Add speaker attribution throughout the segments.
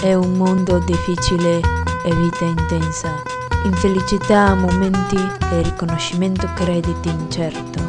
Speaker 1: È un mondo difficile e vita intensa. Infelicità a momenti e riconoscimento crediti incerto.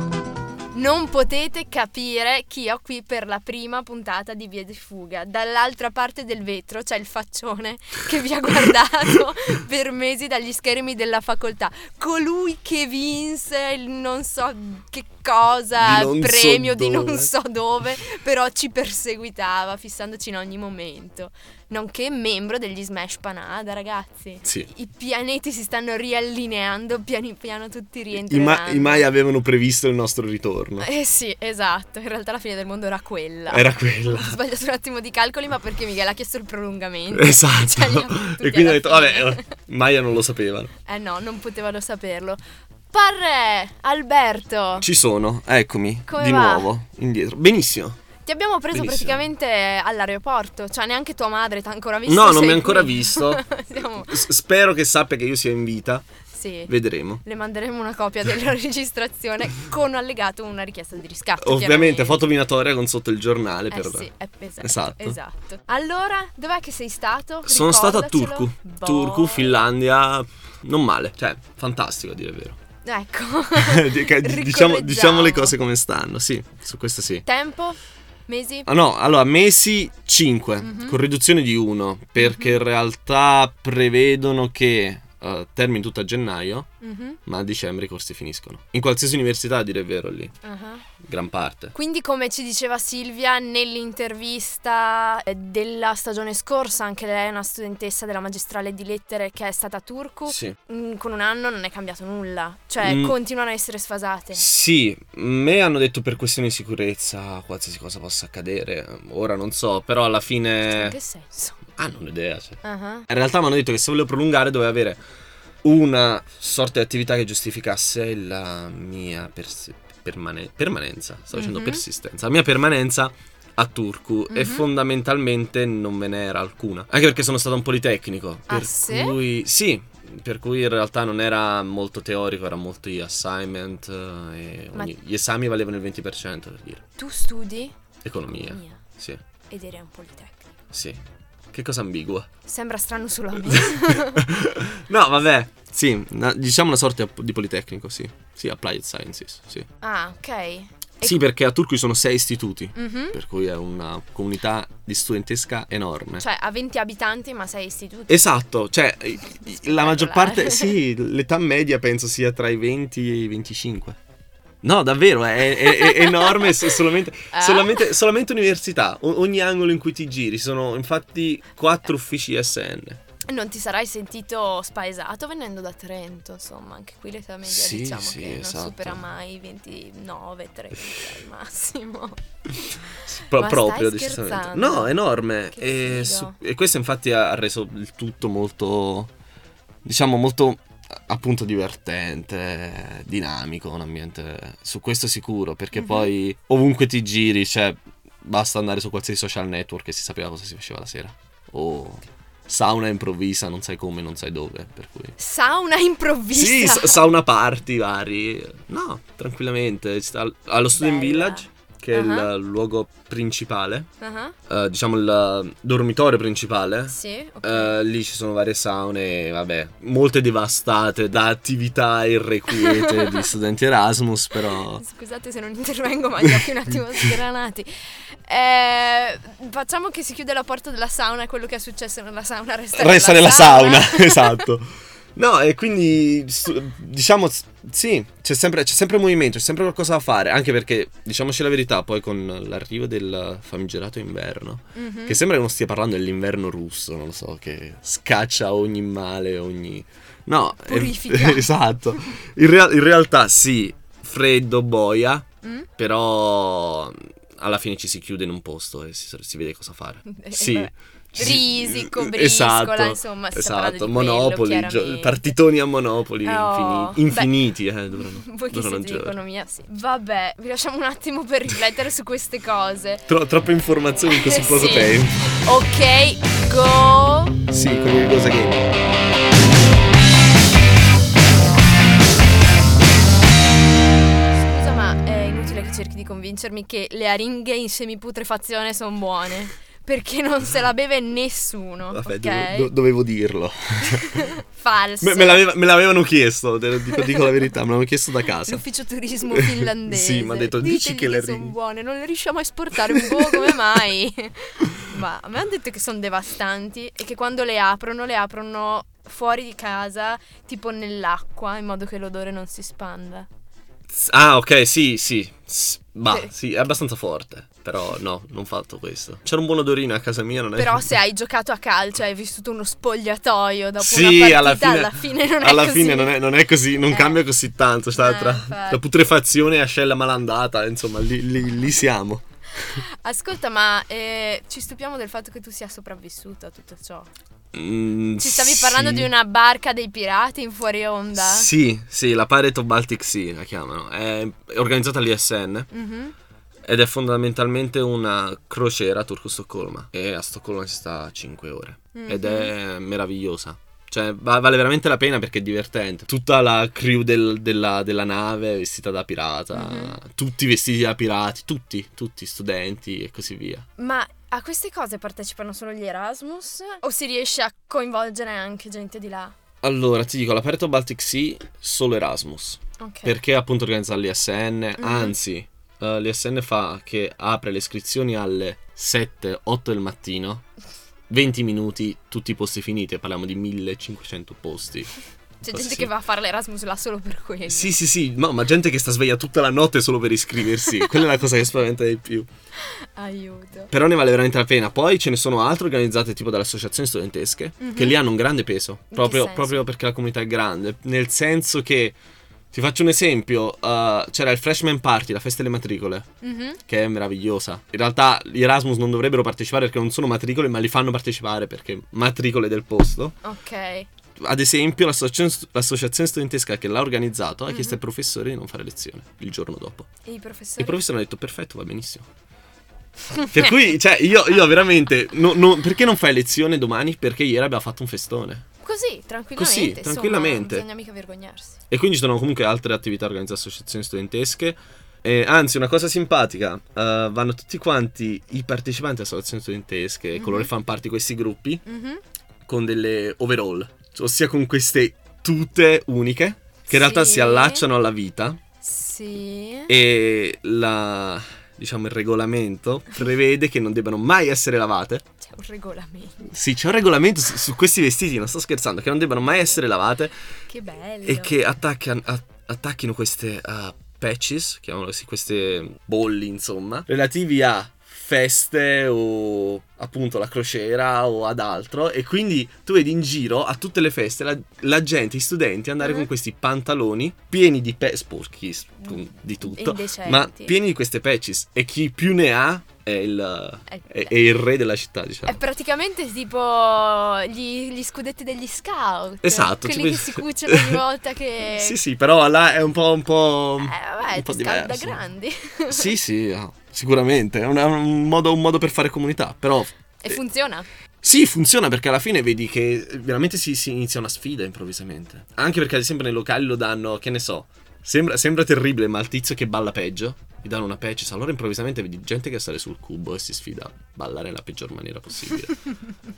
Speaker 2: Non potete capire chi ho qui per la prima puntata di Vie di Fuga. Dall'altra parte del vetro c'è il faccione che vi ha guardato per mesi dagli schermi della facoltà. Colui che vinse il non so che cosa,
Speaker 3: Di non so
Speaker 2: premio di non
Speaker 3: dove.
Speaker 2: so dove, però ci perseguitava fissandoci in ogni momento. Nonché membro degli Smash Panada, ragazzi.
Speaker 3: Sì.
Speaker 2: I pianeti si stanno riallineando, piano piano tutti
Speaker 3: I, ma-
Speaker 2: rientreranno.
Speaker 3: I Maya avevano previsto il nostro ritorno.
Speaker 2: Eh sì, esatto. In realtà la fine del mondo era quella.
Speaker 3: Esatto. Era quella.
Speaker 2: Ho sbagliato un attimo di calcoli, ma perché Michele ha chiesto il prolungamento? Cioè, li ha
Speaker 3: Esatto.
Speaker 2: tutti
Speaker 3: e quindi
Speaker 2: alla
Speaker 3: ho detto,
Speaker 2: fine.
Speaker 3: vabbè, eh, Maya non lo sapevano.
Speaker 2: Eh no, non potevano saperlo. Parre, Alberto,
Speaker 3: Ci sono, eccomi.
Speaker 2: Come
Speaker 3: di
Speaker 2: va?
Speaker 3: nuovo, indietro. Benissimo.
Speaker 2: ti abbiamo preso
Speaker 3: Benissimo.
Speaker 2: praticamente all'aeroporto. Cioè, neanche tua madre ti ha ancora visto.
Speaker 3: no, non
Speaker 2: sei
Speaker 3: mi ha ancora
Speaker 2: qui.
Speaker 3: visto.
Speaker 2: Siamo-
Speaker 3: S- Spero che sappia che io sia in vita.
Speaker 2: Sì.
Speaker 3: Vedremo.
Speaker 2: Le manderemo una copia della registrazione con allegato una richiesta di riscatto.
Speaker 3: Ovviamente,
Speaker 2: chiaramente.
Speaker 3: foto minatoria con sotto il giornale.
Speaker 2: Eh
Speaker 3: per...
Speaker 2: sì, eh, esatto,
Speaker 3: Esatto.
Speaker 2: esatto. Allora, dov'è che sei stato?
Speaker 3: Sono stato a
Speaker 2: Ricordacelo.
Speaker 3: Turku.
Speaker 2: Boh.
Speaker 3: Turku, Finlandia. Non male, cioè, fantastico a dire il vero.
Speaker 2: Ecco.
Speaker 3: Dica- diciamo,
Speaker 2: Ricorreggiamo.
Speaker 3: diciamo le cose come stanno, sì, su questo sì.
Speaker 2: Tempo? Mesi?
Speaker 3: Ah no, allora mesi 5
Speaker 2: Mhm.
Speaker 3: con riduzione di 1 perché in realtà prevedono che eh, termini tutto a gennaio,
Speaker 2: Mhm,
Speaker 3: ma a dicembre i corsi finiscono. In qualsiasi università, a dire il vero, lì,
Speaker 2: aha.
Speaker 3: gran parte.
Speaker 2: Quindi come ci diceva Silvia nell'intervista eh, della stagione scorsa, anche lei è una studentessa della magistrale di lettere che è stata a Turku,
Speaker 3: Sì.
Speaker 2: mm, con un anno non è cambiato nulla, cioè
Speaker 3: Mm.
Speaker 2: continuano a essere sfasate.
Speaker 3: Sì, me hanno detto per questioni di sicurezza qualsiasi cosa possa accadere. Ora non so, però alla
Speaker 2: In
Speaker 3: fine
Speaker 2: che senso?
Speaker 3: hanno un'idea. Cioè.
Speaker 2: Ah,
Speaker 3: In realtà mi hanno detto che se volevo prolungare dovevo avere una sorta di attività che giustificasse la mia persi- permane- permanenza, sto dicendo
Speaker 2: Mhm.
Speaker 3: persistenza, la mia permanenza a Turku e
Speaker 2: Mhm.
Speaker 3: fondamentalmente non ve n'era alcuna, anche perché sono stato un politecnico,
Speaker 2: Ah,
Speaker 3: per
Speaker 2: sì?
Speaker 3: cui sì, per cui in realtà non era molto teorico, era molti assignment eh, e
Speaker 2: Ma-
Speaker 3: ogni- gli esami valevano il 20% per dire,
Speaker 2: Tu studi?
Speaker 3: economia,
Speaker 2: Mia.
Speaker 3: sì,
Speaker 2: Ed eri a un politecnico.
Speaker 3: sì. Che cosa ambigua.
Speaker 2: Sembra strano solo a me.
Speaker 3: no, vabbè. Sì, na- diciamo una sorta di politecnico, sì. Sì, Applied Sciences, sì.
Speaker 2: ah, ok. E-
Speaker 3: Sì, perché a Turku ci sono sei istituti,
Speaker 2: Mhm.
Speaker 3: per cui è una comunità di studentesca enorme.
Speaker 2: Cioè, ha 20 abitanti ma sei istituti.
Speaker 3: Esatto, cioè i- i- la maggior
Speaker 2: Spettacolare.
Speaker 3: parte, sì, l'età media penso sia tra i 20 e i 25. No, davvero, è, è- è enorme, se- solamente,
Speaker 2: Eh?
Speaker 3: solamente, solamente università, o- ogni angolo in cui ti giri, sono infatti quattro uffici SN.
Speaker 2: Non ti sarai sentito spaesato venendo da Trento, insomma, anche qui l'età media
Speaker 3: Sì,
Speaker 2: diciamo
Speaker 3: sì,
Speaker 2: che non
Speaker 3: esatto.
Speaker 2: supera mai i 29, 30 al massimo.
Speaker 3: Pro-
Speaker 2: Ma
Speaker 3: proprio
Speaker 2: stai
Speaker 3: decisamente.
Speaker 2: scherzando?
Speaker 3: No, enorme.
Speaker 2: Che figo.
Speaker 3: E, su- e questo infatti ha ha reso il tutto molto, diciamo, molto appunto divertente, dinamico, un ambiente su questo sicuro, perché
Speaker 2: Mhm.
Speaker 3: poi ovunque ti giri, cioè basta andare su qualsiasi social network e si sapeva cosa si faceva la sera. O sauna improvvisa, non sai come, non sai dove, per cui
Speaker 2: Sauna improvvisa.
Speaker 3: sì, sa- sauna party vari. No, tranquillamente. Ci sta- Allo Student
Speaker 2: Bella.
Speaker 3: Village, che
Speaker 2: Ah.
Speaker 3: è il luogo principale,
Speaker 2: Ah,
Speaker 3: eh, diciamo il dormitorio principale.
Speaker 2: Sì, ok.
Speaker 3: eh, lì ci sono varie saune, vabbè, molte devastate da attività irrequiete di studenti Erasmus, però...
Speaker 2: Scusate se non intervengo, ma gli occhi un attimo sgranati. Eh, facciamo che si chiude la porta della sauna e quello che è successo nella sauna resta,
Speaker 3: Resta nella sauna, esatto. No, e quindi stu- diciamo s- sì, c'è sempre, c'è sempre movimento, c'è sempre qualcosa da fare, anche perché diciamoci la verità, poi con l'arrivo del famigerato inverno,
Speaker 2: Mhm.
Speaker 3: Che sembra che non stia parlando dell'inverno russo, non lo so, che scaccia ogni male, ogni... No, è-
Speaker 2: Purifica.
Speaker 3: esatto. In, rea- in realtà sì, freddo, boia,
Speaker 2: Mm?
Speaker 3: però alla fine ci si chiude in un posto e si, si vede cosa fare.
Speaker 2: Eh,
Speaker 3: Sì.
Speaker 2: vabbè.
Speaker 3: ci si-
Speaker 2: Risico, briscola,
Speaker 3: esatto,
Speaker 2: insomma, si sta parlando
Speaker 3: esatto.
Speaker 2: di
Speaker 3: Monopoli,
Speaker 2: quello,
Speaker 3: gio-
Speaker 2: chiaramente.
Speaker 3: partitoni a Monopoli
Speaker 2: Oh,
Speaker 3: infini- infiniti, eh, durano-
Speaker 2: Voi che
Speaker 3: durano
Speaker 2: siete di
Speaker 3: giorni.
Speaker 2: economia, sì. Vabbè, vi lasciamo un attimo per riflettere su queste cose.
Speaker 3: Tro- troppe informazioni in così
Speaker 2: Sì.
Speaker 3: poco tempo.
Speaker 2: Ok, go!
Speaker 3: Sì, con il cosa che...
Speaker 2: Scusa, ma è inutile che cerchi di convincermi che le aringhe in semiputrefazione sono buone. perché non se la beve nessuno.
Speaker 3: Vabbè,
Speaker 2: ok?
Speaker 3: dove- do- dovevo dirlo.
Speaker 2: Falso.
Speaker 3: Me, me l'aveva- me l'avevano chiesto, te lo dico, dico la verità, me l'avevano chiesto da casa.
Speaker 2: L'ufficio turismo finlandese.
Speaker 3: Ah, Sì, mi ha detto,
Speaker 2: Ditegli
Speaker 3: dici che le
Speaker 2: sono
Speaker 3: ri-
Speaker 2: buone, non le riusciamo a esportare un po', come mai? Ma mi hanno detto che sono devastanti e che quando le aprono, le aprono fuori di casa, tipo nell'acqua, in modo che l'odore non si spanda.
Speaker 3: Ah, ok, sì, sì. S- Ma
Speaker 2: Sì.
Speaker 3: sì, è abbastanza forte. Però no, non fatto questo. C'era un buon odorino a casa mia, non è
Speaker 2: Però se hai giocato a calcio e hai vissuto uno spogliatoio dopo
Speaker 3: Sì,
Speaker 2: una partita,
Speaker 3: alla
Speaker 2: alla
Speaker 3: fine-
Speaker 2: fine, non è
Speaker 3: Alla
Speaker 2: così.
Speaker 3: fine non è, non è così, non
Speaker 2: Eh.
Speaker 3: cambia così tanto. Sta
Speaker 2: Eh,
Speaker 3: tra,
Speaker 2: infatti.
Speaker 3: tra putrefazione e ascella malandata, insomma, lì, lì- lì siamo.
Speaker 2: Ascolta, ma eh, ci stupiamo del fatto che tu sia sopravvissuto a tutto ciò.
Speaker 3: Mm,
Speaker 2: Ci stavi
Speaker 3: sì.
Speaker 2: parlando di una barca dei pirati in fuori onda?
Speaker 3: Sì, sì, la Pirate of Baltic Sea la chiamano. È è organizzata all'ISN
Speaker 2: Mhm.
Speaker 3: ed è fondamentalmente una crociera turco-stoccolma. E a Stoccolma si sta 5 ore. Ed
Speaker 2: mhm.
Speaker 3: è meravigliosa. Cioè, va- vale veramente la pena perché è divertente. Tutta la crew del- della, della nave vestita da pirata,
Speaker 2: Mhm.
Speaker 3: tutti vestiti da pirati, tutti, tutti, studenti e così via.
Speaker 2: Ma a queste cose partecipano solo gli Erasmus? O si riesce a coinvolgere anche gente di là?
Speaker 3: Allora, ti dico, la Pirate of Baltic Sea, solo Erasmus.
Speaker 2: Ok.
Speaker 3: Perché appunto organizza l'ISN,
Speaker 2: Mhm.
Speaker 3: anzi, eh, l'ISN fa che apre le iscrizioni alle 7-8 del mattino, 20 minuti, tutti i posti finiti, parliamo di 1500 posti.
Speaker 2: C'è
Speaker 3: Cose
Speaker 2: gente
Speaker 3: sì.
Speaker 2: che va a fare l'Erasmus là solo per quello.
Speaker 3: Sì, sì, sì, no, ma gente che sta sveglia tutta la notte solo per iscriversi, quella è la cosa che spaventa di più.
Speaker 2: Aiuto.
Speaker 3: Però ne vale veramente la pena. Poi ce ne sono altre organizzate tipo dalle associazioni studentesche,
Speaker 2: Mhm.
Speaker 3: che lì hanno un grande peso,
Speaker 2: che
Speaker 3: proprio,
Speaker 2: senso?
Speaker 3: proprio perché la comunità è grande, nel senso che... Ti faccio un esempio, eh, c'era il freshman party, la festa delle matricole,
Speaker 2: Mhm.
Speaker 3: che è meravigliosa. In realtà gli Erasmus non dovrebbero partecipare perché non sono matricole, ma li fanno partecipare perché matricole del posto.
Speaker 2: Ok.
Speaker 3: Ad esempio, l'associazione, l'associazione studentesca che l'ha organizzato ha chiesto
Speaker 2: Mhm.
Speaker 3: ai professori di non fare lezione il giorno dopo.
Speaker 2: E i
Speaker 3: I
Speaker 2: professori?
Speaker 3: professori hanno detto perfetto, va benissimo. Per cui, cioè, io, io veramente. no- no- perché non fai lezione domani? Perché ieri abbiamo fatto un festone.
Speaker 2: Così, tranquillamente.
Speaker 3: Così,
Speaker 2: insomma,
Speaker 3: tranquillamente.
Speaker 2: non bisogna mica vergognarsi.
Speaker 3: E quindi ci sono comunque altre attività organizzate da associazioni studentesche. E, anzi, una cosa simpatica, eh, vanno tutti quanti i partecipanti a associazioni studentesche, coloro che fanno parte di questi gruppi,
Speaker 2: Mhm.
Speaker 3: con delle overall, ossia con queste tute uniche, che in realtà
Speaker 2: Sì.
Speaker 3: si allacciano alla vita.
Speaker 2: Sì.
Speaker 3: E la, diciamo, il regolamento prevede che non debbano mai essere lavate.
Speaker 2: C'è Cioè, un regolamento.
Speaker 3: Sì, c'è un regolamento su, su questi vestiti, non sto scherzando, che non debbano mai essere lavate
Speaker 2: Che bello.
Speaker 3: e che attacchian- a- attacchino queste eh, patches, chiamiamole così, queste bolli, insomma, relativi a feste o appunto la crociera o ad altro e quindi tu vedi in giro a tutte le feste la, la gente, gli studenti andare
Speaker 2: Mhm.
Speaker 3: con questi pantaloni pieni di pe- sporchi s- con- di tutto,
Speaker 2: Mm. Indecenti.
Speaker 3: ma pieni di queste patches e chi più ne ha è il,
Speaker 2: È il-
Speaker 3: è- è il re della città, diciamo.
Speaker 2: Eh, È praticamente tipo gli, gli scudetti degli scout.
Speaker 3: Esatto,
Speaker 2: Quelli
Speaker 3: tipo-
Speaker 2: che si cuciono ogni volta che...
Speaker 3: Sì, sì, però là è un po'... Un po'...
Speaker 2: Eh, vabbè,
Speaker 3: un po'
Speaker 2: ti scout da
Speaker 3: diverso.
Speaker 2: grandi.
Speaker 3: Sì, sì, no, sicuramente. È un, è un modo, un modo per fare comunità. Però
Speaker 2: E funziona.
Speaker 3: sì, funziona perché alla fine vedi che veramente si, si inizia una sfida improvvisamente. Anche perché, ad esempio, nei locali lo danno, che ne so. Sembra, sembra terribile, ma il tizio che balla peggio gli danno una patch. Allora improvvisamente vedi gente che sale sul cubo e si sfida a ballare la peggior maniera possibile.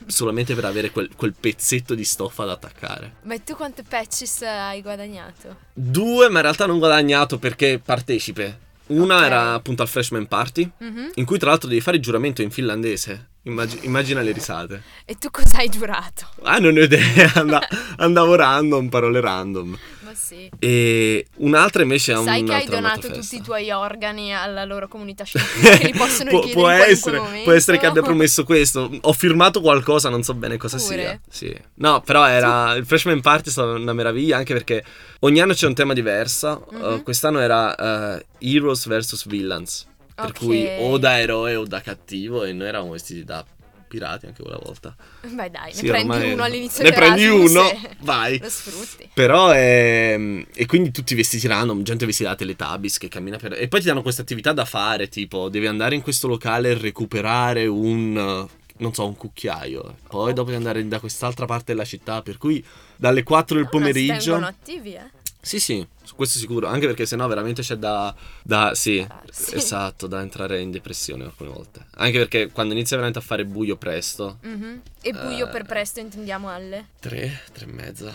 Speaker 3: solamente per avere quel, quel pezzetto di stoffa da attaccare.
Speaker 2: Ma tu quante patches hai guadagnato?
Speaker 3: Due, ma in realtà non guadagnato perché partecipe. Una
Speaker 2: Ok.
Speaker 3: era appunto al freshman party.
Speaker 2: Mhm.
Speaker 3: In cui tra l'altro devi fare il giuramento in finlandese. Immag- immagina le risate.
Speaker 2: E tu cosa hai giurato?
Speaker 3: Ah, non ne ho idea. Anda- andavo random, parole random.
Speaker 2: Ma sì.
Speaker 3: E un'altra invece è
Speaker 2: Sai che hai
Speaker 3: un'altra- un'altra
Speaker 2: donato tutti
Speaker 3: festa.
Speaker 2: i tuoi organi alla loro comunità scientifica che li possono
Speaker 3: può,
Speaker 2: richiedere
Speaker 3: può
Speaker 2: in qualunque
Speaker 3: essere,
Speaker 2: momento.
Speaker 3: può essere che abbia promesso questo. Ho firmato qualcosa, non so bene cosa
Speaker 2: Pure?
Speaker 3: sia. Sì. No, però era il freshman party è stata una meraviglia anche perché ogni anno c'è un tema diverso.
Speaker 2: Mhm.
Speaker 3: Uh, quest'anno era eh, Heroes vs Villains. Per
Speaker 2: Ok.
Speaker 3: cui o da eroe o da cattivo e noi eravamo vestiti da pirati anche quella volta.
Speaker 2: Beh dai, ne
Speaker 3: Sì,
Speaker 2: prendi
Speaker 3: ormai-
Speaker 2: uno all'inizio
Speaker 3: Ne prendi
Speaker 2: dell'Erasmus
Speaker 3: uno,
Speaker 2: e
Speaker 3: vai.
Speaker 2: Lo sfrutti.
Speaker 3: Però è... E quindi tutti vestiti random, gente vestita da Teletubbies che cammina per... E poi ti danno questa attività da fare, tipo devi andare in questo locale e recuperare un... eh, non so, un cucchiaio. Poi dopo devi andare da quest'altra parte della città, per cui dalle 4 del
Speaker 2: No, ma si
Speaker 3: pomeriggio...
Speaker 2: tengono attivi, eh.
Speaker 3: Sì, sì, su questo sicuro, anche perché sennò veramente c'è da, da sì,
Speaker 2: Sì.
Speaker 3: esatto, da entrare in depressione alcune volte. Anche perché quando inizia veramente a fare buio presto,
Speaker 2: Mhm. E buio
Speaker 3: Eh.
Speaker 2: per presto intendiamo alle.
Speaker 3: tre, tre e mezza,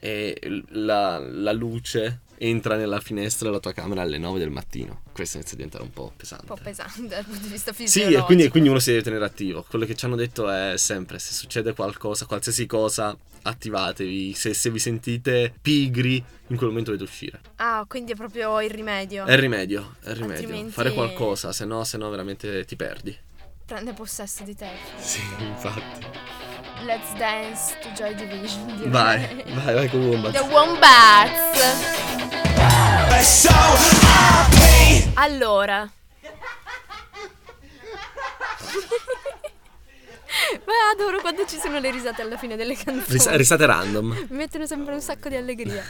Speaker 3: e l- la, la luce entra nella finestra della tua camera alle 9 del mattino, questo inizia a diventare un po' pesante.
Speaker 2: Un po' pesante dal punto di vista
Speaker 3: Sì,
Speaker 2: fisico.
Speaker 3: e quindi, e quindi uno si deve tenere attivo. Quello che ci hanno detto è sempre: se succede qualcosa, qualsiasi cosa, attivatevi. Se, se vi sentite pigri, in quel momento dovete uscire.
Speaker 2: Ah, quindi è proprio il rimedio.
Speaker 3: È il rimedio, è il rimedio.
Speaker 2: Altrimenti-
Speaker 3: Fare qualcosa, se no, se no veramente ti perdi.
Speaker 2: Prende possesso di te.
Speaker 3: Sì, infatti.
Speaker 2: Let's dance to Joy Division. direi.
Speaker 3: Vai, vai, vai con
Speaker 2: The
Speaker 3: Wombat.
Speaker 2: Wombats. Allora. Ma adoro quando ci sono le risate alla fine delle canzoni.
Speaker 3: Ris- risate random.
Speaker 2: Mi mettono sempre un sacco di allegria.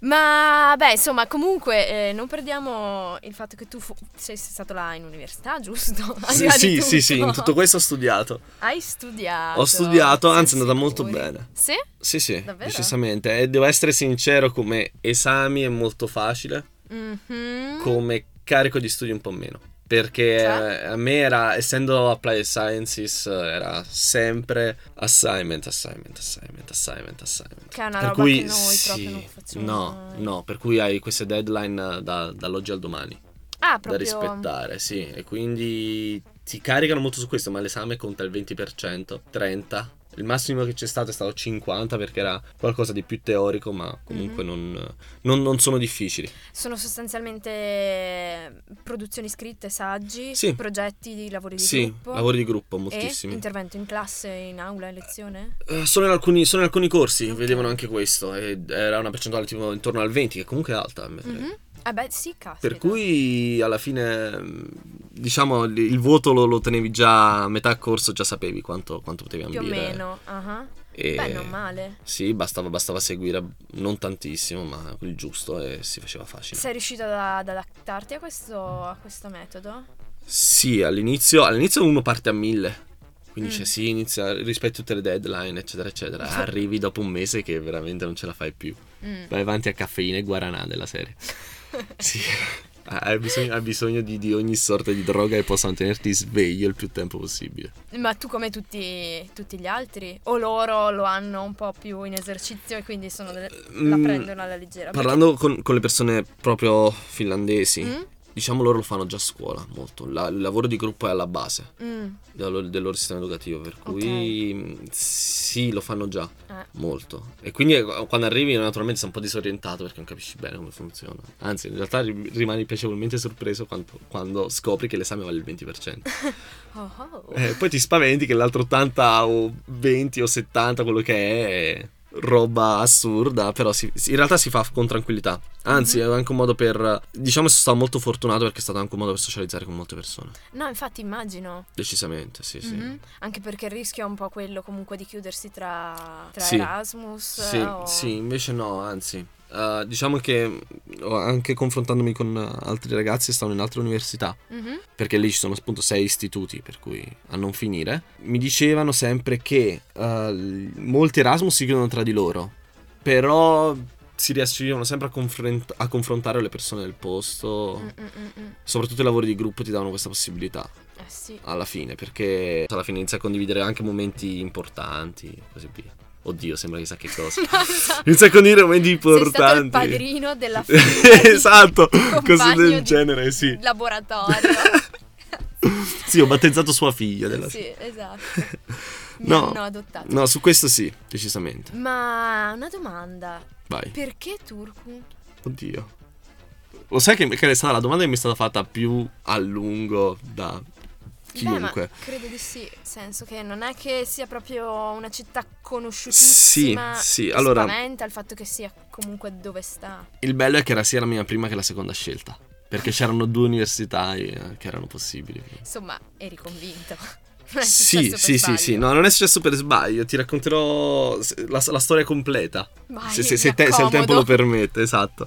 Speaker 2: Ma beh, insomma, comunque eh, non perdiamo il fatto che tu fu- sei stato là in università, giusto? Al di
Speaker 3: Sì,
Speaker 2: là di
Speaker 3: sì, sì, sì, in
Speaker 2: tutto.
Speaker 3: tutto questo ho studiato.
Speaker 2: Hai studiato.
Speaker 3: Ho studiato, anzi, è
Speaker 2: Siamo
Speaker 3: andata molto
Speaker 2: sicuri?
Speaker 3: bene.
Speaker 2: Sì?
Speaker 3: Sì, sì,
Speaker 2: Davvero?
Speaker 3: decisamente. E devo essere sincero, come esami è molto facile.
Speaker 2: Mhm.
Speaker 3: come carico di studio un po' meno. Perché
Speaker 2: Cioè?
Speaker 3: eh, a me era, essendo Applied Sciences, eh, era sempre assignment, assignment, assignment, assignment, assignment.
Speaker 2: Che è una roba che noi proprio non facciamo
Speaker 3: No,
Speaker 2: mai.
Speaker 3: no, per cui hai queste deadline eh, da- dall'oggi al domani
Speaker 2: ah,
Speaker 3: da
Speaker 2: proprio...
Speaker 3: rispettare, sì. E quindi ti caricano molto su questo, ma l'esame conta il 20%, 30%. Il massimo che c'è stato è stato 50 perché era qualcosa di più teorico, ma comunque
Speaker 2: Mhm.
Speaker 3: non- non- non sono difficili.
Speaker 2: Sono sostanzialmente produzioni scritte, saggi,
Speaker 3: Sì.
Speaker 2: progetti di lavori di
Speaker 3: Sì,
Speaker 2: gruppo.
Speaker 3: lavori di gruppo
Speaker 2: e
Speaker 3: moltissimi.
Speaker 2: intervento in classe, in aula, in lezione?
Speaker 3: Eh, solo, in alcuni, solo in alcuni corsi
Speaker 2: Ok.
Speaker 3: vedevano anche questo. e era una percentuale tipo intorno al 20, che comunque è alta. a me frega.
Speaker 2: Mhm. Ah beh, sì, caspita.
Speaker 3: Eh. Per cui alla fine, mh, diciamo, il- il voto lo, lo tenevi già a metà corso, già sapevi quanto, quanto potevi
Speaker 2: Più o
Speaker 3: ambire.
Speaker 2: meno, ah ah.
Speaker 3: E-
Speaker 2: Beh, non male.
Speaker 3: Sì, bastava, bastava seguire non tantissimo, ma il giusto e si faceva facile.
Speaker 2: Sei riuscito ad ad adattarti a questo, a questo metodo?
Speaker 3: Sì, all'inizio, all'inizio uno parte a mille. Quindi
Speaker 2: Mm.
Speaker 3: dice sì, inizia, rispetti tutte le deadline, eccetera, eccetera. Arrivi dopo un mese che veramente non ce la fai più.
Speaker 2: Mm.
Speaker 3: Vai avanti a caffeina e guaranà della serie. sì. Hai bisogno, hai bisogno di, di ogni sorta di droga che possa mantenerti sveglio il più tempo possibile.
Speaker 2: Ma tu come tutti, tutti gli altri? O loro lo hanno un po' più in esercizio e quindi sono delle- la
Speaker 3: Mm,
Speaker 2: prendono alla leggera?
Speaker 3: Parlando con, con le persone proprio finlandesi,
Speaker 2: Mm?
Speaker 3: diciamo loro lo fanno già a scuola molto. La- il lavoro di gruppo è alla base
Speaker 2: Mm.
Speaker 3: del loro, del loro sistema educativo, per cui mh, sì, lo fanno già
Speaker 2: Eh.
Speaker 3: molto. E quindi eh, quando arrivi naturalmente sei un po' disorientato perché non capisci bene come funziona. Anzi, in realtà ri- rimani piacevolmente sorpreso quanto- quando scopri che l'esame vale il 20%.
Speaker 2: Oh, oh.
Speaker 3: Eh, poi ti spaventi che l'altro 80 o 20 o 70, quello che è, è roba assurda, però si- si- in realtà si fa con tranquillità. Anzi, è anche un modo per... Diciamo che sono stato molto fortunato perché è stato anche un modo per socializzare con molte persone.
Speaker 2: No, infatti immagino.
Speaker 3: Decisamente, sì, sì.
Speaker 2: Mhm. Anche perché il rischio è un po' quello comunque di chiudersi tra, tra
Speaker 3: Sì.
Speaker 2: Erasmus. eh,
Speaker 3: Sì,
Speaker 2: o-
Speaker 3: sì, invece no, anzi. Eh, diciamo che mh, ho- anche confrontandomi con eh, altri ragazzi che stanno in altre università,
Speaker 2: Mhm.
Speaker 3: perché lì ci sono appunto sei istituti, per cui a non finire, mi dicevano sempre che eh, molti Erasmus si chiudono tra di loro, però si riuscivano sempre a, confront- a confrontare le persone del posto,
Speaker 2: Mm, mm, mm, mm.
Speaker 3: soprattutto i lavori di gruppo ti davano questa possibilità
Speaker 2: Eh sì.
Speaker 3: alla fine, perché alla fine inizia a condividere anche momenti importanti e così via. Oddio, sembra chissà che cosa. inizia a condividere momenti
Speaker 2: Sei stato il
Speaker 3: importanti.
Speaker 2: padrino della figlia di-
Speaker 3: esatto,
Speaker 2: compagno
Speaker 3: cose
Speaker 2: di
Speaker 3: del genere, sì.
Speaker 2: Laboratorio.
Speaker 3: Sì, ho battezzato sua figlia della
Speaker 2: sì, esatto. Mi
Speaker 3: No.
Speaker 2: hanno adottato.
Speaker 3: No, su questo sì, decisamente.
Speaker 2: Ma una domanda,
Speaker 3: Vai.
Speaker 2: perché Turku?
Speaker 3: Oddio. Lo sai che, che è stata la domanda che mi è stata fatta più a lungo da chiunque.
Speaker 2: Beh, Eh ma credo di sì, nel senso che non è che sia proprio una città
Speaker 3: Sì,
Speaker 2: conosciutissima.
Speaker 3: sì.
Speaker 2: ti
Speaker 3: Allora,
Speaker 2: Spaventa il fatto che sia comunque dove sta.
Speaker 3: il bello è che era sia la mia prima che la seconda scelta. Perché c'erano due università eh, che erano possibili.
Speaker 2: Insomma, eri convinto. Non è
Speaker 3: Sì,
Speaker 2: successo per
Speaker 3: sì, sì, sì.
Speaker 2: sbaglio.
Speaker 3: No, non è successo per sbaglio. Ti racconterò se- la, la storia completa.
Speaker 2: Vai,
Speaker 3: se, se-
Speaker 2: mi
Speaker 3: se te- se il tempo
Speaker 2: accomodo.
Speaker 3: lo permette, esatto.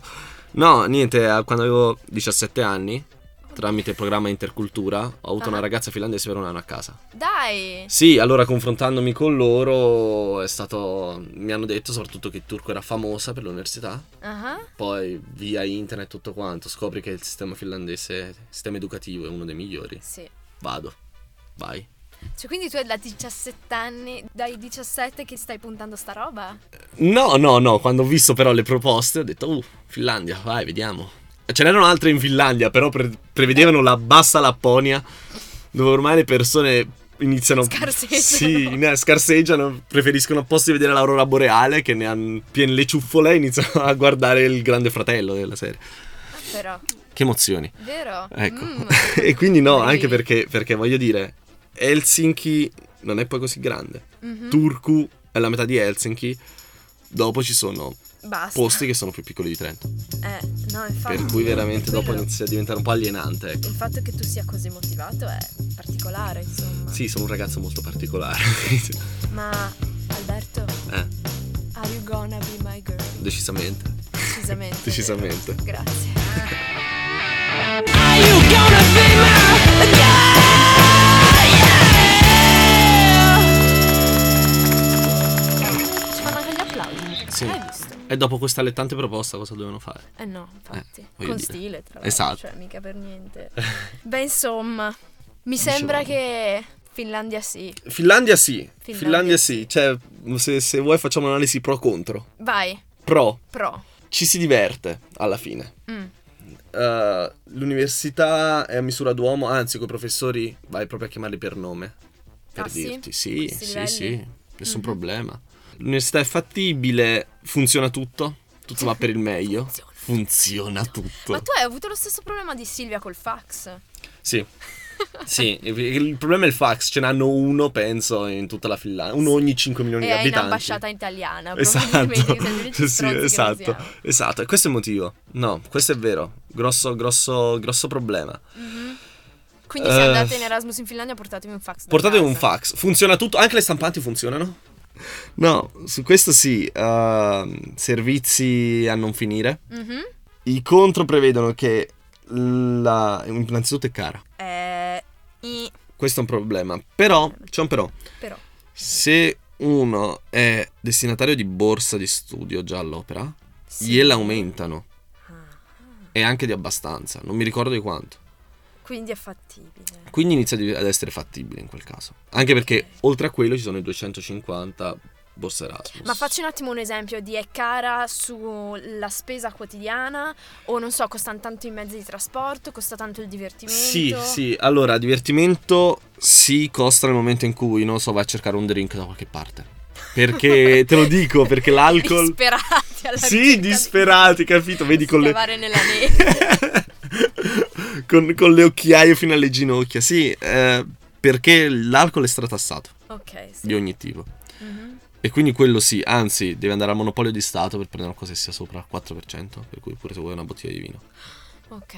Speaker 3: No, niente, eh, quando avevo 17 anni,
Speaker 2: Oh,
Speaker 3: tramite programma Intercultura, ho avuto
Speaker 2: Ah.
Speaker 3: una ragazza finlandese per un anno a casa.
Speaker 2: Dai.
Speaker 3: Sì, allora confrontandomi con loro è stato. Mi hanno detto soprattutto che il turco era famosa per l'università.
Speaker 2: Ah.
Speaker 3: Poi via internet tutto quanto, scopri che il sistema finlandese, il sistema educativo è uno dei migliori.
Speaker 2: Sì.
Speaker 3: Vado, vai.
Speaker 2: Cioè, quindi tu è da 17 anni, dai 17 che stai puntando sta roba? Ah,
Speaker 3: No, no, no, quando ho visto però le proposte ho detto, uh, Finlandia, vai, vediamo. Ce n'erano altre in Finlandia, però pre- prevedevano la bassa Lapponia, dove ormai le persone iniziano...
Speaker 2: Scarseggiano.
Speaker 3: Sì, ne- scarseggiano, preferiscono posti vedere l'aurora boreale, che ne hanno piene le ciuffole, e iniziano a guardare il grande fratello della serie.
Speaker 2: Ah, però,
Speaker 3: Che emozioni.
Speaker 2: vero?
Speaker 3: Ecco.
Speaker 2: Mm.
Speaker 3: e quindi no, anche
Speaker 2: Sì.
Speaker 3: perché, perché voglio dire, Helsinki non è poi così grande.
Speaker 2: Mhm.
Speaker 3: Turku è la metà di Helsinki. Dopo ci sono
Speaker 2: Basta.
Speaker 3: posti che sono più piccoli di Trento.
Speaker 2: Eh, no, infatti.
Speaker 3: Per cui veramente dopo
Speaker 2: quello-
Speaker 3: inizia a diventare un po' alienante. Ecco.
Speaker 2: Il fatto che tu sia così motivato è particolare, insomma.
Speaker 3: Sì, sono un ragazzo molto particolare.
Speaker 2: Ma Alberto,
Speaker 3: eh,
Speaker 2: are you gonna be my girl?
Speaker 3: decisamente.
Speaker 2: Decisamente.
Speaker 3: Decisamente.
Speaker 2: Grazie. Ci fanno anche gli applausi.
Speaker 3: Sì.
Speaker 2: Hai visto?
Speaker 3: E dopo questa allettante proposta cosa dovevano fare?
Speaker 2: Eh no, infatti.
Speaker 3: Eh, voglio
Speaker 2: Con
Speaker 3: dire.
Speaker 2: stile, tra l'altro.
Speaker 3: Esatto.
Speaker 2: Cioè, mica per niente. Beh, insomma, mi sembra che Finlandia sì.
Speaker 3: Finlandia sì. Finlandia,
Speaker 2: Finlandia.
Speaker 3: sì. Cioè, se, se vuoi facciamo un'analisi pro-contro.
Speaker 2: Vai,
Speaker 3: Pro,
Speaker 2: pro.
Speaker 3: ci si diverte alla fine.
Speaker 2: Mm.
Speaker 3: Eh, l'università è a misura d'uomo, anzi, con i professori vai proprio a chiamarli per nome. Per
Speaker 2: Ah, sì?
Speaker 3: dirti, sì,
Speaker 2: Questi
Speaker 3: sì,
Speaker 2: livelli?
Speaker 3: sì, nessun
Speaker 2: Mhm.
Speaker 3: problema. L'università è fattibile, funziona tutto, tutto va per il meglio.
Speaker 2: Funziona.
Speaker 3: Funziona tutto.
Speaker 2: Ma tu hai avuto lo stesso problema di Silvia col fax.
Speaker 3: Sì. Sì, il- il problema è il fax, ce n'hanno uno, penso, in tutta la Finlandia, uno ogni 5 milioni
Speaker 2: E
Speaker 3: di
Speaker 2: è in
Speaker 3: abitanti.
Speaker 2: ambasciata italiana.
Speaker 3: Esatto,
Speaker 2: probabilmente, che
Speaker 3: Sì, sì,
Speaker 2: siamo degli stronzi che
Speaker 3: esatto,
Speaker 2: non siamo.
Speaker 3: esatto, e questo è il motivo. No, questo è vero, grosso, grosso, grosso problema.
Speaker 2: Mhm. Quindi se
Speaker 3: Eh.
Speaker 2: andate in Erasmus in Finlandia portatevi un fax. da
Speaker 3: Portatevi
Speaker 2: casa.
Speaker 3: un fax, funziona tutto, anche le stampanti funzionano? No, su questo sì, ehm, servizi a non finire.
Speaker 2: Mhm.
Speaker 3: I contro prevedono che la... innanzitutto è cara,
Speaker 2: Eh, i-
Speaker 3: questo è un problema, però, c'è un però.
Speaker 2: Però.
Speaker 3: Se uno è destinatario di borsa di studio già all'opera,
Speaker 2: Sì.
Speaker 3: gliela aumentano
Speaker 2: Ah,
Speaker 3: e anche di abbastanza, non mi ricordo di quanto.
Speaker 2: Quindi è fattibile.
Speaker 3: Quindi inizia di- ad essere fattibile in quel caso. Anche perché oltre a quello ci sono i 250 borse Erasmus.
Speaker 2: Ma facci un attimo un esempio di è cara sulla spesa quotidiana o non so, costano tanto i mezzi di trasporto, costa tanto il divertimento.
Speaker 3: Sì, sì, allora divertimento sì costa nel momento in cui, non so, vai a cercare un drink da qualche parte. Perché te lo dico, perché l'alcol...
Speaker 2: Disperati alla
Speaker 3: Sì,
Speaker 2: ricerca di-
Speaker 3: disperati, capito? Vedi con le...
Speaker 2: Scavare nella neve.
Speaker 3: con, con le occhiaie fino alle ginocchia, sì, eh, perché l'alcol è stratassato
Speaker 2: ok, sì.
Speaker 3: di ogni tipo.
Speaker 2: Mhm.
Speaker 3: E quindi quello sì, anzi, devi andare al monopolio di Stato per prendere una cosa che sia sopra il 4%, per cui pure se vuoi una bottiglia di vino.
Speaker 2: Ok.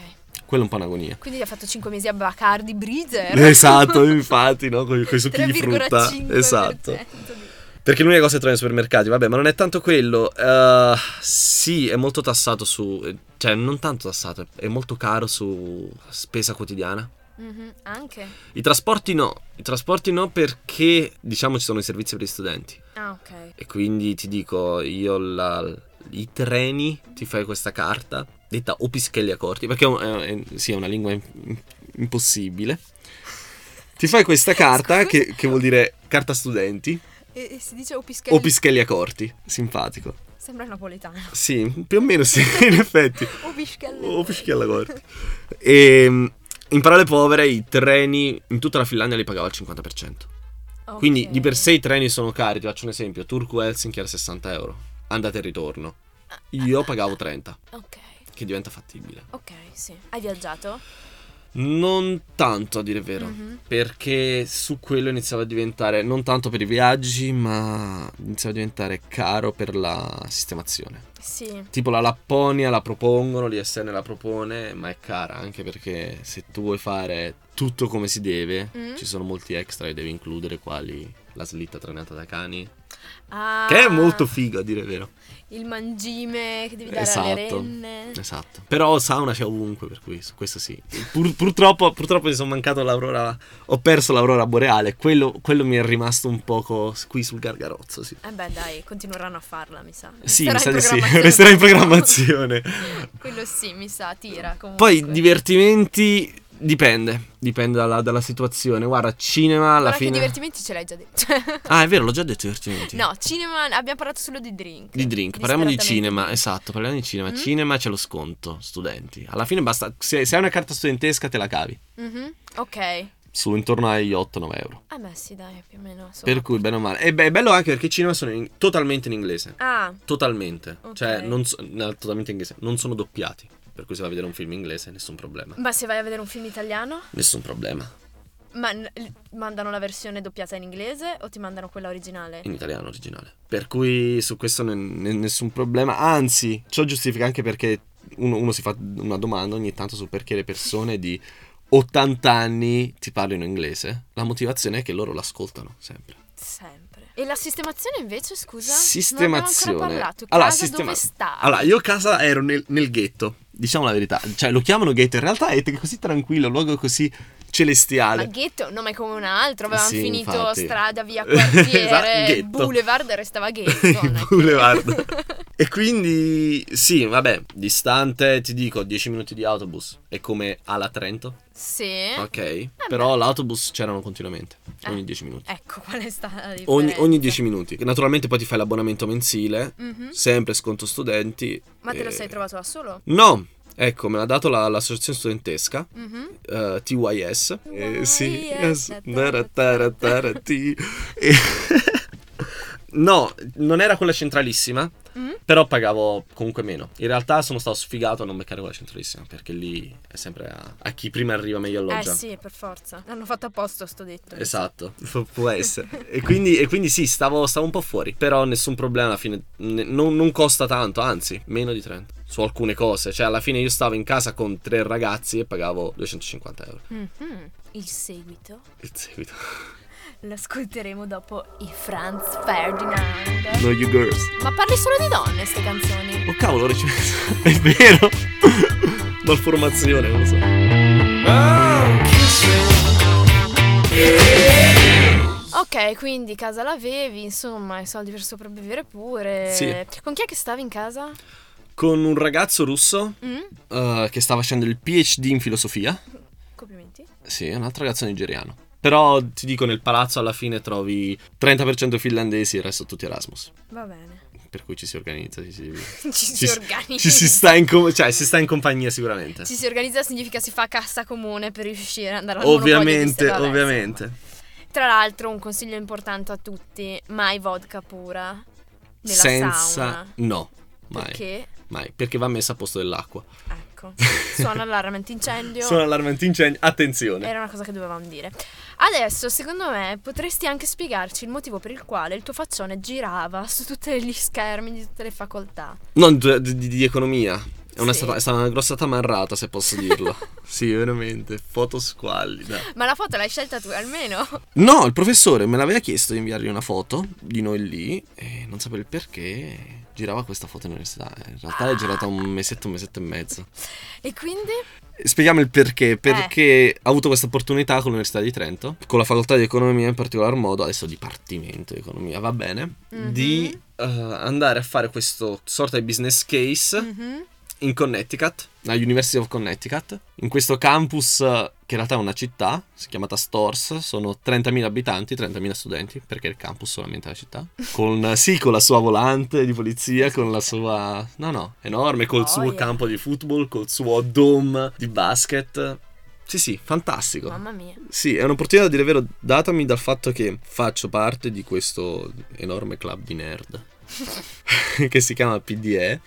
Speaker 3: Quello è un po' un'agonia.
Speaker 2: Quindi ha fatto 5 mesi a Bacardi Breezer.
Speaker 3: Esatto, infatti, no? Con, i succhi di frutta.
Speaker 2: 3,5%
Speaker 3: Esatto.
Speaker 2: di-
Speaker 3: Perché l'unica cosa che trovi nei supermercati, vabbè, ma non è tanto quello. eh, sì, è molto tassato su... Cioè, non tanto tassato, è molto caro su spesa quotidiana.
Speaker 2: Mhm, Anche?
Speaker 3: I trasporti no, i trasporti no perché diciamo ci sono i servizi per gli studenti
Speaker 2: Ah, ok.
Speaker 3: e quindi ti dico io la- i treni ti fai questa carta detta Opischelli a corti perché è, un- è- è- sì, è una lingua im- impossibile. Ti fai questa carta
Speaker 2: Scusa.
Speaker 3: che, che vuol dire carta studenti
Speaker 2: E, e si dice Opischelli.
Speaker 3: Opischelli a corti, simpatico.
Speaker 2: Sembra napoletano.
Speaker 3: Sì, più o meno sì, in effetti.
Speaker 2: Opischelli.
Speaker 3: Opischelli a corti. E in parole povere i treni in tutta la Finlandia li pagava il 50%.
Speaker 2: Ok.
Speaker 3: Quindi di per sé i treni sono cari, ti faccio un esempio, Turku-Helsinki era 60 euro, andate e ritorno. Io pagavo 30,
Speaker 2: Ok.
Speaker 3: che diventa fattibile.
Speaker 2: Ok, sì. Hai viaggiato?
Speaker 3: Non tanto a dire il vero,
Speaker 2: Mhm.
Speaker 3: perché su quello iniziava a diventare, non tanto per i viaggi, ma iniziava a diventare caro per la sistemazione.
Speaker 2: Sì.
Speaker 3: Tipo la Lapponia la propongono, l'ISN la propone, ma è cara anche perché se tu vuoi fare tutto come si deve,
Speaker 2: Mm.
Speaker 3: ci sono molti extra che devi includere, quali la slitta trainata da cani,
Speaker 2: Ah,
Speaker 3: Che è molto figo, a dire il vero.
Speaker 2: Il mangime che devi dare alle
Speaker 3: Esatto.
Speaker 2: renne.
Speaker 3: Esatto. Però sauna c'è ovunque, per cui su questo sì. Pur- purtroppo, purtroppo mi sono mancato l'aurora. Ho perso l'aurora boreale. Quello, quello mi è rimasto un poco qui sul gargarozzo, sì.
Speaker 2: Eh beh dai, continueranno a farla, mi sa.
Speaker 3: Sì,
Speaker 2: Resterà
Speaker 3: mi sa
Speaker 2: in
Speaker 3: di sì.
Speaker 2: programmazione.
Speaker 3: Resterà in programmazione.
Speaker 2: Quello sì, mi sa, tira comunque.
Speaker 3: Poi divertimenti. Dipende, dipende dalla, dalla situazione. Guarda, cinema alla
Speaker 2: Guarda che
Speaker 3: fine.
Speaker 2: divertimenti ce l'hai già detto.
Speaker 3: ah, è vero, l'ho già detto divertimenti.
Speaker 2: no, cinema, abbiamo parlato solo di drink.
Speaker 3: Di drink, parliamo di
Speaker 2: Disperatamente.
Speaker 3: cinema, esatto, parliamo di cinema.
Speaker 2: Mm.
Speaker 3: Cinema c'è lo sconto, studenti. Alla fine basta, se, se hai una carta studentesca te la cavi,
Speaker 2: Mhm, Ok.
Speaker 3: su intorno agli 8-9 euro.
Speaker 2: Ah beh sì, dai, più o meno. insomma.
Speaker 3: Per cui, bene o male. E beh, è bello anche perché i cinema sono in- totalmente in inglese.
Speaker 2: Ah,
Speaker 3: Totalmente.
Speaker 2: Ok.
Speaker 3: Cioè, non so- no, totalmente in inglese. Non sono doppiati. Per cui se vai a vedere un film inglese, nessun problema.
Speaker 2: ma se vai a vedere un film italiano,
Speaker 3: Nessun problema.
Speaker 2: ma l- mandano la versione doppiata in inglese o ti mandano quella originale?
Speaker 3: In italiano originale. Per cui su questo ne- ne- nessun problema. Anzi, ciò giustifica anche perché uno, uno si fa una domanda ogni tanto su perché le persone di 80 anni ti parlino inglese. La motivazione è che loro l'ascoltano sempre.
Speaker 2: Sempre. E la sistemazione invece, scusa?
Speaker 3: Sistemazione.
Speaker 2: Esatto, Non abbiamo ancora parlato.
Speaker 3: Allora,
Speaker 2: Casa
Speaker 3: sistema-
Speaker 2: dove sta?
Speaker 3: Allora, io a casa ero nel, nel ghetto, diciamo la verità. Cioè, lo chiamano ghetto, in realtà è così tranquillo, un luogo così
Speaker 2: Ma
Speaker 3: celestiale.
Speaker 2: ghetto, nome come un altro, avevamo
Speaker 3: Sì,
Speaker 2: finito
Speaker 3: infatti.
Speaker 2: strada, via, quartiere, eh,
Speaker 3: Esatto, ghetto.
Speaker 2: boulevard e restava ghetto. non è che-
Speaker 3: Boulevard. e quindi, sì, vabbè, distante, ti dico, 10 minuti di autobus. È come alla Trento,
Speaker 2: sì.
Speaker 3: ok? Però l'autobus c'erano continuamente, ogni 10 minuti.
Speaker 2: Ecco, qual è stata la differenza?
Speaker 3: Ogni, ogni Eh, 10 minuti. Naturalmente poi ti fai l'abbonamento mensile,
Speaker 2: Mhm.
Speaker 3: sempre sconto studenti.
Speaker 2: Ma te lo
Speaker 3: e-
Speaker 2: sei trovato da solo?
Speaker 3: No, ecco, me l'ha dato la- l'associazione studentesca.
Speaker 2: Mhm.
Speaker 3: eh, TYS. Eh, sì.
Speaker 2: YS.
Speaker 3: Yes. Tarataratarati. E- No, non era quella centralissima,
Speaker 2: Mm?
Speaker 3: però pagavo comunque meno. In realtà sono stato sfigato a non beccare quella centralissima, perché lì è sempre a, a chi prima arriva meglio
Speaker 2: Eh
Speaker 3: alloggia.
Speaker 2: sì, per forza. L'hanno fatto apposta sto detto.
Speaker 3: Esatto, pu- può essere. e, quindi, e quindi sì, stavo, stavo un po' fuori, però nessun problema alla fine, ne- non, non costa tanto, anzi, meno di 30 su alcune cose. Cioè alla fine io stavo in casa con tre ragazzi e pagavo 250 euro.
Speaker 2: Mhm. Il seguito
Speaker 3: Il seguito.
Speaker 2: lo ascolteremo dopo i Franz Ferdinand.
Speaker 3: No, you girls.
Speaker 2: Ma parli solo di donne ste canzoni.
Speaker 3: Oh cavolo, ora ci penso. È vero. Malformazione, non lo so.
Speaker 2: Ok, quindi casa l'avevi, insomma, i soldi per sopravvivere pure.
Speaker 3: Sì.
Speaker 2: Con chi è che stavi in casa?
Speaker 3: Con un ragazzo russo
Speaker 2: Mm?
Speaker 3: eh, che sta facendo il PhD in filosofia.
Speaker 2: Complimenti.
Speaker 3: Sì, è un altro ragazzo nigeriano. Però ti dico, nel palazzo alla fine trovi 30% finlandesi e il resto tutti Erasmus.
Speaker 2: Va bene.
Speaker 3: Per cui ci si organizza, ci si,
Speaker 2: Ci, si
Speaker 3: ci si-
Speaker 2: organizza.
Speaker 3: ci si sta in com- cioè, si sta in compagnia sicuramente.
Speaker 2: Ci si organizza significa si fa cassa comune per riuscire ad andare al monopolio di
Speaker 3: Ovviamente,
Speaker 2: Stella Vesta.
Speaker 3: ovviamente.
Speaker 2: Tra l'altro un consiglio importante a tutti, mai vodka pura nella
Speaker 3: Senza...
Speaker 2: sauna.
Speaker 3: No, mai.
Speaker 2: Perché?
Speaker 3: Mai. Perché va messa a posto dell'acqua.
Speaker 2: Ecco, suona allarme antincendio.
Speaker 3: Sono allarmanti incendi. Attenzione.
Speaker 2: Era una cosa che dovevamo dire. Adesso, secondo me, potresti anche spiegarci il motivo per il quale il tuo faccione girava su tutti gli schermi di tutte le facoltà.
Speaker 3: Non di, di- di economia. È, una
Speaker 2: Sì.
Speaker 3: stata, è stata una grossa tamarrata, se posso dirlo. sì, veramente. Foto squallida.
Speaker 2: Ma la foto l'hai scelta tu almeno?
Speaker 3: No, il professore me l'aveva chiesto di inviargli una foto di noi lì e non sapevo il perché. Girava questa foto in università. In realtà è girata un mesetto, un mesetto e mezzo.
Speaker 2: E quindi?
Speaker 3: Spieghiamo il perché. Perché ha avuto questa opportunità con l'Università di Trento, con la facoltà di economia in particolar modo, adesso dipartimento di economia, va bene, di eh, andare a fare questo sorta di business case
Speaker 2: Mhm.
Speaker 3: in Connecticut, alla University of Connecticut, in questo campus eh, che in realtà è una città, si chiama Stores, sono 30.000 abitanti, 30.000 studenti, perché il campus solamente è la città, con, eh, sì, con la sua volante di polizia, con la sua, no no, enorme, col suo
Speaker 2: Boia.
Speaker 3: campo di football, col suo dome di basket, sì sì, fantastico.
Speaker 2: Mamma mia.
Speaker 3: Sì, è un'opportunità a dire il vero datami dal fatto che faccio parte di questo enorme club di nerd che si chiama PDE.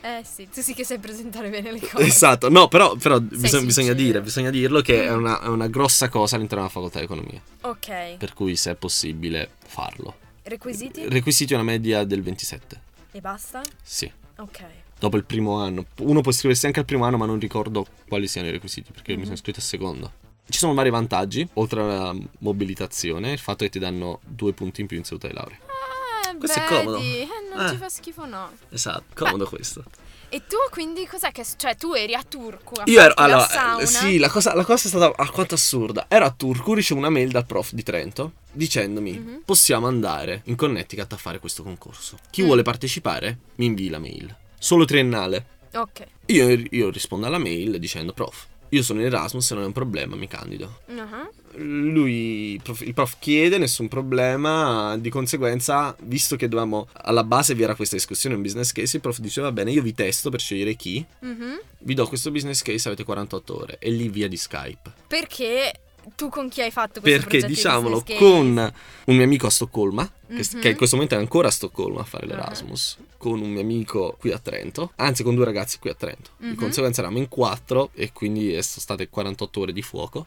Speaker 2: Eh sì, tu sì che sai presentare bene le cose.
Speaker 3: Esatto, no, però, però bisogna,
Speaker 2: sincero.
Speaker 3: bisogna dire, bisogna dirlo che è una, è una grossa cosa all'interno della facoltà di economia,
Speaker 2: Ok,
Speaker 3: per cui se è possibile farlo.
Speaker 2: requisiti
Speaker 3: Requisiti una media del 27,
Speaker 2: e basta?
Speaker 3: sì,
Speaker 2: Ok.
Speaker 3: dopo il primo anno. Uno può iscriversi anche al primo anno ma non ricordo quali siano i requisiti perché io mi
Speaker 2: Mhm.
Speaker 3: sono iscritto al secondo. Ci sono vari vantaggi, oltre alla mobilitazione, il fatto che ti danno due punti in più in seduta di laurea.
Speaker 2: Ah,
Speaker 3: Questo è
Speaker 2: Beh,
Speaker 3: comodo.
Speaker 2: di- eh, non
Speaker 3: Eh.
Speaker 2: ci fa schifo, no.
Speaker 3: Esatto, comodo questo.
Speaker 2: E tu quindi cos'è che... Cioè tu eri a Turku, a
Speaker 3: Io ero.
Speaker 2: farti Ah, la
Speaker 3: Allora,
Speaker 2: sauna.
Speaker 3: eh, sì, la cosa, la cosa è stata alquanto assurda. Ero a Turku, ricevo una mail dal prof di Trento dicendomi:
Speaker 2: Mhm.
Speaker 3: possiamo andare in Connecticut a fare questo concorso. Chi
Speaker 2: Mm.
Speaker 3: vuole partecipare mi invii la mail. Solo triennale.
Speaker 2: Ok.
Speaker 3: Io, io rispondo alla mail dicendo: prof, io sono in Erasmus, se non è un problema, mi candido.
Speaker 2: Ah,
Speaker 3: Lui, il prof, il prof chiede, nessun problema, di conseguenza, visto che dovevamo, alla base vi era questa discussione, un business case, il prof diceva bene, io vi testo per scegliere chi,
Speaker 2: mhm.
Speaker 3: vi do questo business case, avete 48 ore e lì via di Skype.
Speaker 2: Perché tu con chi hai fatto questo
Speaker 3: Perché
Speaker 2: progetto di
Speaker 3: diciamolo,
Speaker 2: business case?
Speaker 3: con un mio amico a Stoccolma, che,
Speaker 2: Mhm.
Speaker 3: che in questo momento è ancora a Stoccolma a fare
Speaker 2: Ah.
Speaker 3: l'Erasmus, con un mio amico qui a Trento, anzi con due ragazzi qui a Trento. Di
Speaker 2: Mhm.
Speaker 3: conseguenza eravamo in quattro e quindi eh, sono state 48 ore di fuoco.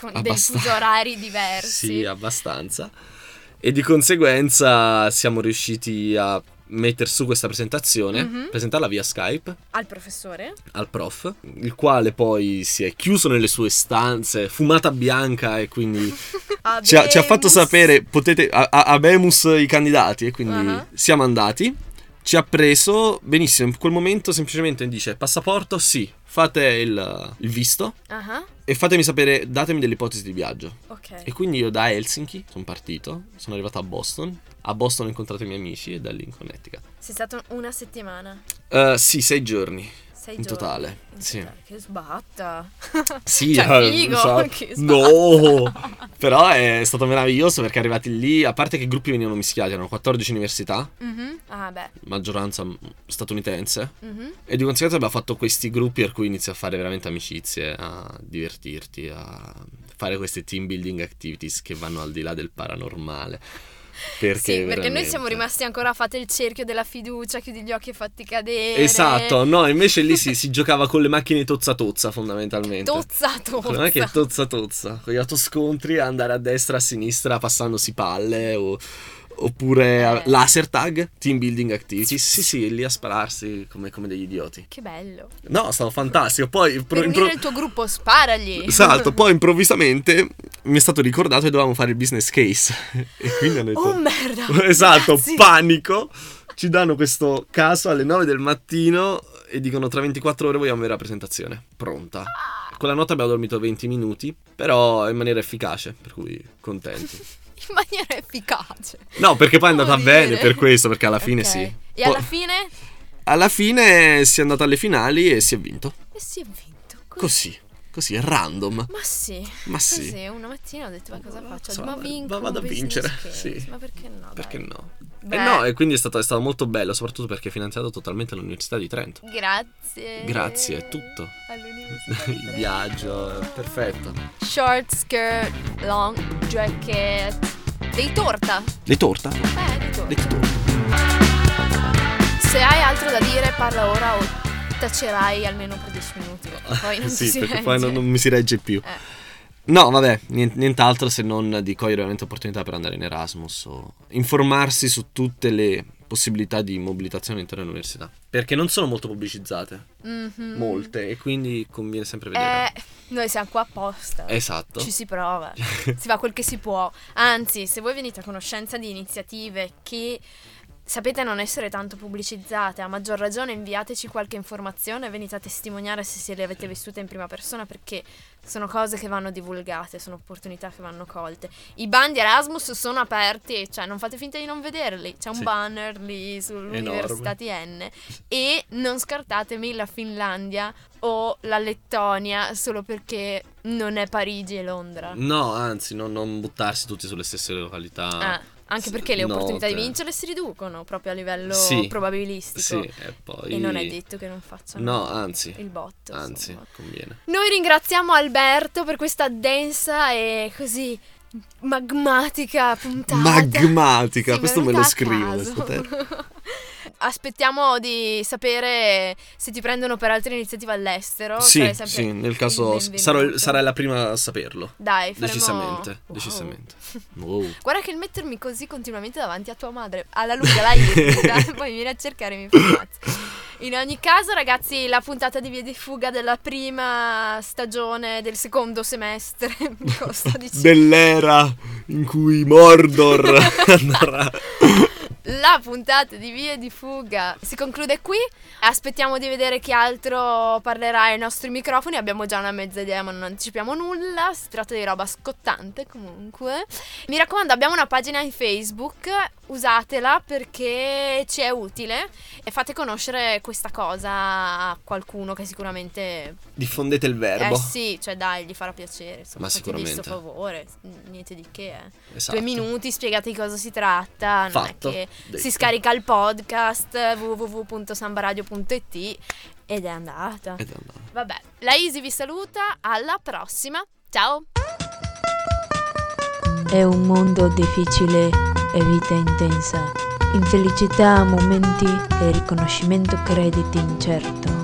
Speaker 2: con dei
Speaker 3: Abbastan-
Speaker 2: fusi orari diversi.
Speaker 3: Ah, Sì, abbastanza. E di conseguenza siamo riusciti a mettere su questa presentazione,
Speaker 2: Mhm.
Speaker 3: presentarla via Skype
Speaker 2: Al professore?
Speaker 3: al prof, il quale poi si è chiuso nelle sue stanze, fumata bianca e quindi ci ha, ci ha fatto
Speaker 2: Abemus.
Speaker 3: sapere, potete, a- a- abemus i candidati e quindi
Speaker 2: Ah.
Speaker 3: siamo andati, ci ha preso benissimo, in quel momento semplicemente dice passaporto sì, fate il, il visto
Speaker 2: Ah,
Speaker 3: e fatemi sapere, datemi delle ipotesi di viaggio.
Speaker 2: ok.
Speaker 3: E quindi io da Helsinki sono partito, sono arrivato a Boston, a Boston ho incontrato i miei amici e da lì in Connecticut.
Speaker 2: Sei stato una settimana.
Speaker 3: Eh, sì, sei giorni.
Speaker 2: Sei
Speaker 3: In
Speaker 2: giorni.
Speaker 3: totale,
Speaker 2: In
Speaker 3: sì.
Speaker 2: totale. Che sbatta.
Speaker 3: Sì,
Speaker 2: Cioè,
Speaker 3: eh,
Speaker 2: figo,
Speaker 3: sa-
Speaker 2: che
Speaker 3: no, però è stato meraviglioso perché arrivati lì, a parte che i gruppi venivano mischiati, erano 14 università,
Speaker 2: Mhm. Ah, beh.
Speaker 3: maggioranza mm, statunitense,
Speaker 2: Mhm.
Speaker 3: e di conseguenza abbiamo fatto questi gruppi per cui inizi a fare veramente amicizie, a divertirti, a fare queste team building activities che vanno al di là del paranormale. Perché
Speaker 2: sì, perché noi siamo
Speaker 3: veramente-
Speaker 2: rimasti ancora fate il cerchio della fiducia, chiudi gli occhi e fatti cadere.
Speaker 3: Esatto, no, invece lì si, si giocava con le macchine tozza tozza fondamentalmente.
Speaker 2: Tozza, tozza.
Speaker 3: Non è che tozza tozza, con gli autoscontri andare a destra, a sinistra, passandosi palle o- oppure a-
Speaker 2: Eh.
Speaker 3: laser tag, team building activities. Sì, sì, lì a spararsi come, come degli idioti.
Speaker 2: Che bello.
Speaker 3: No, è stato fantastico. Poi,
Speaker 2: Per
Speaker 3: pro-
Speaker 2: unire
Speaker 3: impro-
Speaker 2: il tuo gruppo, sparagli.
Speaker 3: esatto, poi improvvisamente mi è stato ricordato che dovevamo fare il business case. e quindi hanno detto...
Speaker 2: Oh merda.
Speaker 3: esatto,
Speaker 2: Ragazzi.
Speaker 3: panico. Ci danno questo caso alle 9 del mattino e dicono tra 24 ore vogliamo avere la presentazione pronta. Quella notte abbiamo dormito 20 minuti, però in maniera efficace, per cui contenti.
Speaker 2: In maniera efficace.
Speaker 3: No, perché poi è andata
Speaker 2: Devo dire.
Speaker 3: bene per questo, perché alla fine
Speaker 2: Ok.
Speaker 3: sì.
Speaker 2: E alla
Speaker 3: Poi-
Speaker 2: fine
Speaker 3: alla fine si è andata alle finali e si è vinto.
Speaker 2: e si è vinto. Così.
Speaker 3: Così, così, random.
Speaker 2: Ma sì.
Speaker 3: Ma sì.
Speaker 2: Così, una mattina ho detto ma cosa faccio?
Speaker 3: So,
Speaker 2: ma
Speaker 3: ma-
Speaker 2: vinco.
Speaker 3: ma vado
Speaker 2: un
Speaker 3: a
Speaker 2: business
Speaker 3: vincere,
Speaker 2: case.
Speaker 3: sì.
Speaker 2: Ma perché no?
Speaker 3: Perché
Speaker 2: dai?
Speaker 3: no? E
Speaker 2: Beh,
Speaker 3: no, e quindi è stato, è stato molto bello, soprattutto perché è finanziato totalmente all'Università di Trento.
Speaker 2: Grazie.
Speaker 3: Grazie, è tutto.
Speaker 2: All'università. di
Speaker 3: Il
Speaker 2: Trento.
Speaker 3: viaggio, è perfetto.
Speaker 2: Short skirt, long jacket. Dei torta.
Speaker 3: Le torta?
Speaker 2: Eh, dei torta.
Speaker 3: Le torta.
Speaker 2: Se hai altro da dire, parla ora o tacerai almeno per 10 minuti. perché Poi non
Speaker 3: sì,
Speaker 2: ti si
Speaker 3: perché
Speaker 2: regge.
Speaker 3: poi non, non mi si regge più.
Speaker 2: Eh.
Speaker 3: No, vabbè, nien- nient'altro se non di cogliere veramente opportunità per andare in Erasmus o informarsi su tutte le possibilità di mobilitazione all'interno dell'università. Perché non sono molto pubblicizzate,
Speaker 2: Mhm.
Speaker 3: molte, e quindi conviene sempre vedere.
Speaker 2: Eh, noi siamo qua apposta.
Speaker 3: Esatto.
Speaker 2: Eh, Ci
Speaker 3: Cioè
Speaker 2: si prova, si fa quel che si può. Anzi, se voi venite a conoscenza di iniziative che sapete non essere tanto pubblicizzate, a maggior ragione inviateci qualche informazione e venite a testimoniare se, se le avete vissute in prima persona perché sono cose che vanno divulgate, sono opportunità che vanno colte. I bandi Erasmus sono aperti, cioè non fate finta di non vederli, c'è un
Speaker 3: Sì.
Speaker 2: banner lì sull'Università TN e non scartatemi la Finlandia o la Lettonia solo perché non è Parigi e Londra.
Speaker 3: No, anzi, non, non buttarsi tutti sulle stesse località.
Speaker 2: Ah, anche perché le
Speaker 3: No,
Speaker 2: opportunità di
Speaker 3: te-
Speaker 2: vincere si riducono proprio a livello
Speaker 3: Sì,
Speaker 2: probabilistico.
Speaker 3: Sì, e poi...
Speaker 2: E non è detto che non facciano
Speaker 3: No, anzi,
Speaker 2: il botto.
Speaker 3: anzi,
Speaker 2: insomma.
Speaker 3: conviene.
Speaker 2: Noi ringraziamo Alberto per questa densa e così magmatica puntata.
Speaker 3: Magmatica,
Speaker 2: Sì,
Speaker 3: questo me lo
Speaker 2: venuta a
Speaker 3: scrivo.
Speaker 2: caso.
Speaker 3: questo termine.
Speaker 2: Aspettiamo di sapere se ti prendono per altre iniziative all'estero.
Speaker 3: Sì,
Speaker 2: sarai sempre
Speaker 3: sì, nel
Speaker 2: il
Speaker 3: caso s-
Speaker 2: benvenuto.
Speaker 3: sarò, sarai la prima a saperlo.
Speaker 2: Dai, faremo...
Speaker 3: Decisamente,
Speaker 2: Wow.
Speaker 3: decisamente. Wow.
Speaker 2: Guarda che il mettermi così continuamente davanti a tua madre, alla lunga la irrita, poi vieni a cercare e mi fa ammazza. In ogni caso, ragazzi, la puntata di Via di Fuga della prima stagione del secondo semestre, cosa sto dicendo?
Speaker 3: Dell'era in cui Mordor andrà.
Speaker 2: La puntata di Vie di Fuga si conclude qui. Aspettiamo di vedere chi altro parlerà ai nostri microfoni. Abbiamo già una mezza idea, ma non anticipiamo nulla. Si tratta di roba scottante comunque. Mi raccomando, abbiamo una pagina in Facebook. Usatela perché ci è utile e fate conoscere questa cosa a qualcuno che sicuramente
Speaker 3: Diffondete il verbo.
Speaker 2: eh sì, cioè dai, gli farà piacere. Insomma,
Speaker 3: Ma
Speaker 2: fategli
Speaker 3: sicuramente.
Speaker 2: sto favore, n- niente di che. Eh.
Speaker 3: Esatto.
Speaker 2: Due minuti, spiegate di cosa si tratta. Non
Speaker 3: Fatto.
Speaker 2: è che
Speaker 3: Detto.
Speaker 2: si scarica il podcast www.sambaradio.it ed è andata.
Speaker 3: Ed è andato.
Speaker 2: Vabbè, la Easy vi saluta, alla prossima. Ciao!
Speaker 1: È un mondo difficile e vita intensa. Infelicità a momenti e riconoscimento crediti incerto.